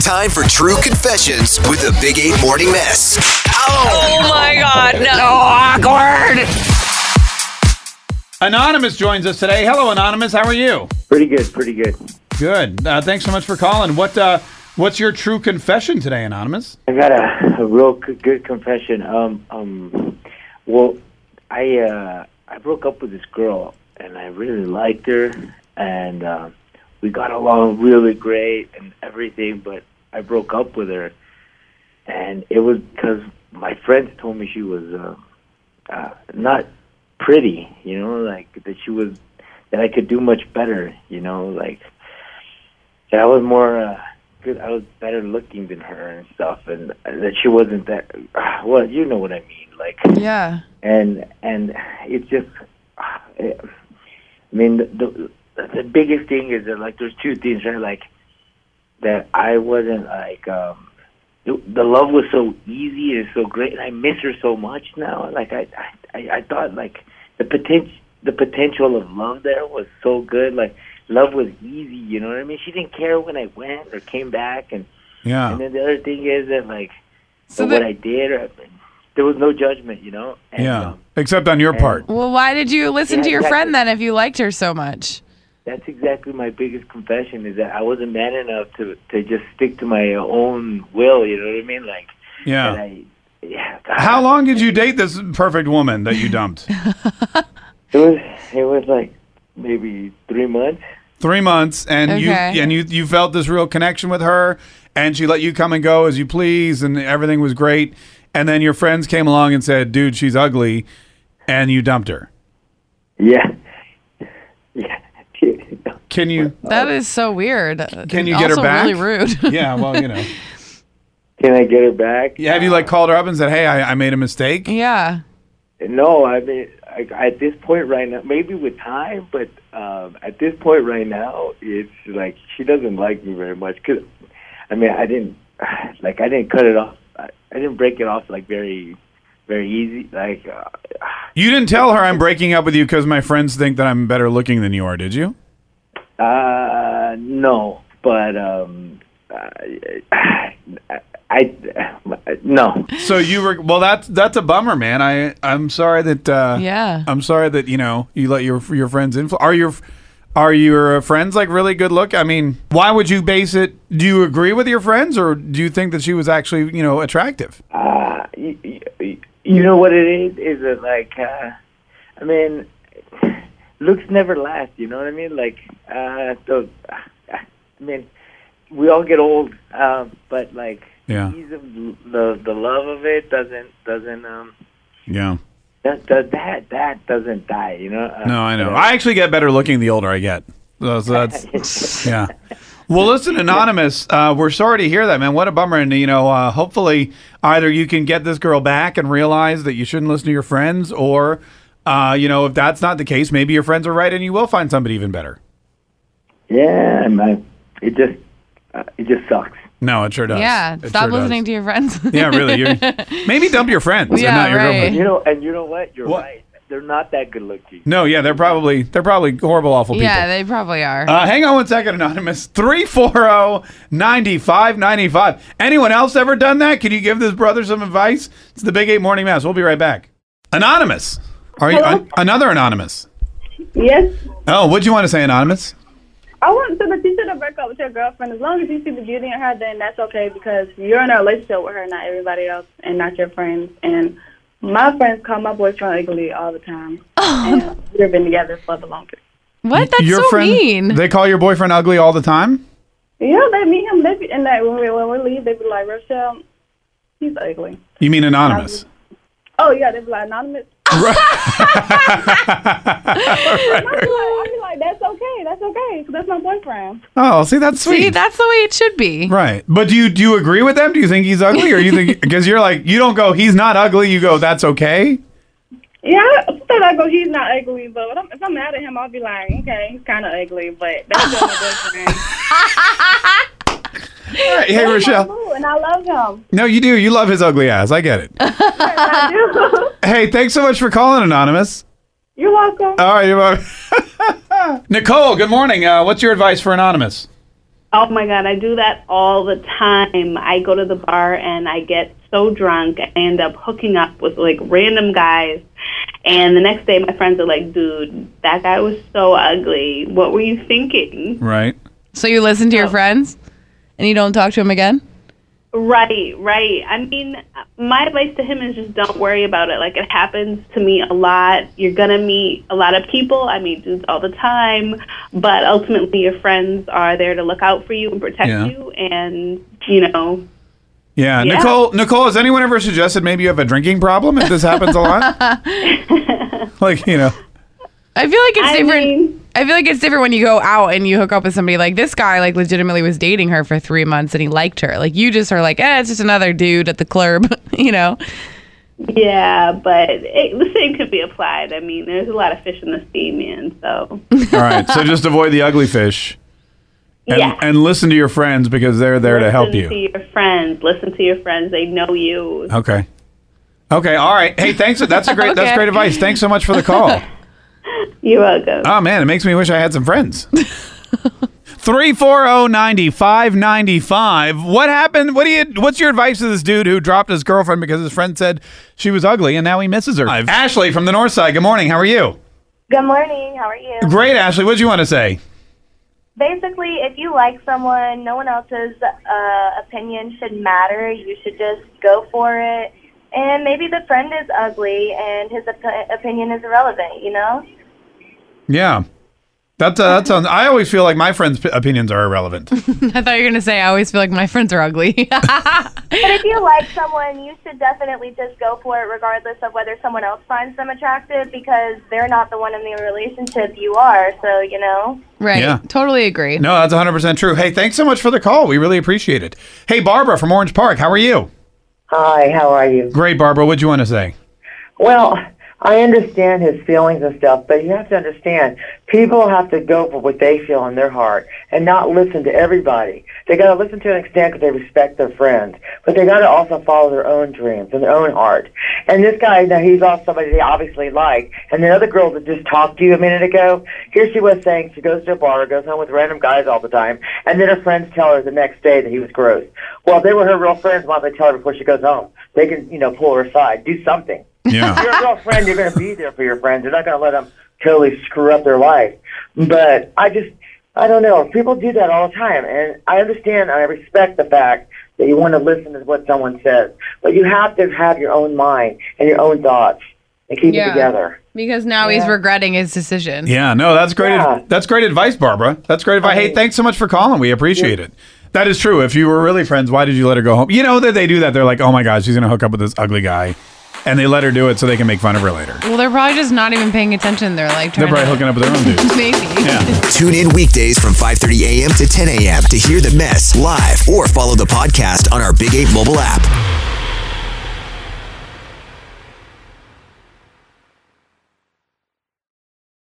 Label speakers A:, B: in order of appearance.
A: Time for True Confessions with the Big 8 Morning Mess. Ow!
B: Oh my God, no.
C: awkward. Anonymous joins us today. Hello, Anonymous. How are you?
D: Pretty good, pretty good.
C: Good. Uh, thanks so much for calling. What uh, What's your true confession today, Anonymous?
D: I got a, a real g- good confession. Um, um, well, I uh, I broke up with this girl, and I really liked her, and uh, we got along really great and everything. But I broke up with her, and it was because my friends told me she was uh, uh, not pretty. You know, like that she was that I could do much better. You know, like that I was more. Uh, good I was better looking than her and stuff, and that she wasn't that. Well, you know what I mean, like. Yeah. And and it's just, I mean, the the biggest thing is that like there's two things right, like that I wasn't like um the, the love was so easy and so great, and I miss her so much now. Like I I I thought like the potential the potential of love there was so good, like. Love was easy, you know what I mean? She didn't care when I went or came back and
C: Yeah.
D: and then the other thing is that like
E: So
D: what
E: the-
D: I did, or, there was no judgment, you know. And,
C: Yeah.
D: um,
C: Except on your part.
E: Well, why did you listen
D: Yeah,
E: to your
D: exactly.
E: friend then if you liked her so much?
D: that's exactly my biggest confession is that I wasn't man enough to to just stick to my own will. You know what I mean? Like, and
C: Yeah.
D: I, yeah. God.
C: How long did you date this perfect woman that you dumped?
D: It was it was like maybe three months.
C: Three months, and you
E: Okay.
C: and you you felt this real connection with her, and she let you come and go as you please, and everything was great. And then your friends came along and said, "Dude, she's ugly," and you dumped her.
D: Yeah. Yeah.
C: Can you?
E: That is so weird.
C: Can you get her
E: Also
C: back?
E: Really rude.
C: Yeah. Well, you know.
D: Can I get her back?
C: Yeah, have you like called her up and said, "Hey, I, I made a mistake"?
E: yeah.
D: No, I mean, I, at this point right now, maybe with time, but um, at this point right now, it's like she doesn't like me very much. Cause, I mean, I didn't like I didn't cut it off. I, I didn't break it off like very, very easy. Like, uh,
C: You didn't tell her I'm breaking up with you because my friends think that I'm better looking than you are, did you?
D: uh, no, but um, I, I, no.
C: So you were well. That's that's a bummer, man. I I'm sorry that. Uh,
E: Yeah.
C: I'm sorry that you know you let your your friends influence. Are your are your friends like really good look? I mean, why would you base it? Do you agree with your friends, or do you think that she was actually you know attractive?
D: Uh, you, you, you know what it is? Is it like, uh, I mean, looks never last. You know what I mean? Like, uh, so, I mean, we all get old, um, but like,
C: Yeah.
D: ease of the the love of it doesn't doesn't um
C: Yeah.
D: that that that, that doesn't die. You know? Uh,
C: No, I know.
D: uh,
C: I actually get better looking the older I get. So, so that's yeah. Well, listen, anonymous. Uh, we're sorry to hear that, man. What a bummer. And you know, uh, hopefully, either you can get this girl back and realize that you shouldn't listen to your friends, or uh, you know, if that's not the case, maybe your friends are right and you will find somebody even better.
D: yeah, I'm, I, it just uh, it just sucks.
C: No, it sure does.
E: Yeah.
C: It
E: Stop
C: sure does.
E: listening to your friends.
C: Yeah, really. You're, maybe dump your friends and
E: Yeah,
C: not your
E: right.
C: girlfriend.
D: You know, and you know what? You're
C: What?
D: right. They're not that good looking.
C: No, yeah, they're probably they're probably horrible, awful people.
E: yeah, they probably are.
C: Uh, hang on one second, Anonymous. oh, 340 9595. Anyone else ever done that? Can you give this brother some advice? It's the Big Eight Morning Mass. We'll be right back. Anonymous. Are you an- another Anonymous?
F: Yes.
C: Oh, what'd you want to say, Anonymous?
F: I want somebody to break up with your girlfriend. As long as you see the beauty in her, then that's okay because you're in a relationship with her, not everybody else, and not your friends. And my friends call my boyfriend ugly all the time. and we've been together for the longest.
E: what? That's
C: your
E: so
C: friend,
E: mean.
C: They call your boyfriend ugly all the time?
F: Yeah, they meet him. They be, and like when we when we leave, they be like, Rochelle, he's ugly.
C: You mean Anonymous?
F: Oh yeah, they be like anonymous. I be like, Oh, I be like, that's okay, that's okay, 'cause that's my boyfriend.
C: Oh, see, that's sweet.
E: See, that's the way it should be.
C: right. But do you do you agree with them? Do you think he's ugly? Or you think, because you're like, you don't go, he's not ugly. You go, that's okay.
F: Yeah, sometimes I go, he's not ugly, but when I'm, if I'm mad at him, I'll be like, okay, he's kind of ugly, but that's just my boyfriend.
C: All right. Hey, Rochelle.
F: Ooh, and I love him.
C: No, you do. You love his ugly ass. I get it.
F: I do.
C: Hey, thanks so much for calling, Anonymous.
F: You're welcome.
C: All right, you're welcome. Nicole, good morning. Uh, what's your advice for Anonymous?
F: Oh my god, I do that all the time. I go to the bar and I get so drunk, I end up hooking up with like random guys. And the next day, my friends are like, "Dude, that guy was so ugly. What were you thinking?"
C: Right.
E: So you listen to your friends and you don't talk to them again?
F: Right, right. I mean, my advice to him is just don't worry about it. Like it happens to me a lot. You're gonna meet a lot of people. I meet dudes all the time, but ultimately, your friends are there to look out for you and protect
C: Yeah.
F: you. And you know,
C: Yeah.
F: Yeah.
C: Nicole, Nicole, has anyone ever suggested maybe you have a drinking problem if this happens a lot? like, you know,
E: I feel like it's
F: I
E: different.
F: mean-
E: I feel like it's different when you go out and you hook up with somebody like this guy, like legitimately was dating her for three months and he liked her. Like you just are like, eh, it's just another dude at the club, you know?
F: Yeah, but it, the same could be applied. I mean, there's a lot of fish in the sea, man. So
C: all right. So just avoid the ugly fish and,
F: yeah,
C: and listen to your friends because they're there to help
F: listen
C: you.
F: to your friends. Listen to your friends. They know you.
C: Okay. Okay. All right. Hey, thanks. That's a great, that's
E: Okay.
C: great advice. Thanks so much for the call.
F: You're welcome.
C: Oh man, it makes me wish I had some friends. 340-9595. What happened? What do you what's your advice to this dude who dropped his girlfriend because his friend said she was ugly and now he misses her? Ashley from the North Side. Good morning. How are you?
B: Good morning. How are you?
C: Great, Ashley. What do you want to say?
B: Basically, if you like someone, no one else's uh, opinion should matter. You should just go for it. And maybe the friend is ugly and his op- opinion is irrelevant, you know?
C: Yeah. That's uh, that sounds I always feel like my friends' p- opinions are irrelevant.
E: I thought you were gonna say I always feel like my friends are ugly.
B: But if you like someone, you should definitely just go for it regardless of whether someone else finds them attractive because they're not the one in the relationship you are. So, you know?
E: right.
C: Yeah.
E: Totally agree.
C: No, that's 100% true. Hey, thanks so much for the call. We really appreciate it. Hey, Barbara from Orange Park. How are you?
D: Hi, how are you?
C: Great, Barbara. What do you want to say?
D: Well, I understand his feelings and stuff, but you have to understand people have to go for what they feel in their heart and not listen to everybody. They got to listen to an extent because they respect their friends, but they got to also follow their own dreams and their own heart. And this guy, now he's off somebody they obviously like. And the other girl that just talked to you a minute ago, here she was saying she goes to a bar, goes home with random guys all the time, and then her friends tell her the next day that he was gross. Well, they were her real friends. Why don't they tell her before she goes home? They can, you know, pull her aside, do something
C: Yeah.
D: you're a real friend. You're going to be there for your friends. You're not going to let them totally screw up their life. But I just, I don't know. People do that all the time, and I understand. I respect the fact that you want to listen to what someone says, but you have to have your own mind and your own thoughts and keep
E: Yeah.
D: it together.
E: Because now he's regretting his decision.
C: Yeah, no, that's great.
D: Yeah.
C: That's great advice, Barbara. That's great advice. Hey, thanks so much for calling. We appreciate it. That is true. If you were really friends, why did you let her go home? You know that they do that. They're like, oh my god, she's gonna hook up with this ugly guy, and they let her do it so they can make fun of her later.
E: Well, they're probably just not even paying attention. They're like
C: They're
E: trying
C: probably hooking up with their own dudes.
E: to maybe.
C: Yeah,
A: Tune in weekdays from 5:30 a.m. to 10 a.m. to hear the mess live or follow the podcast on our Big 8 mobile app.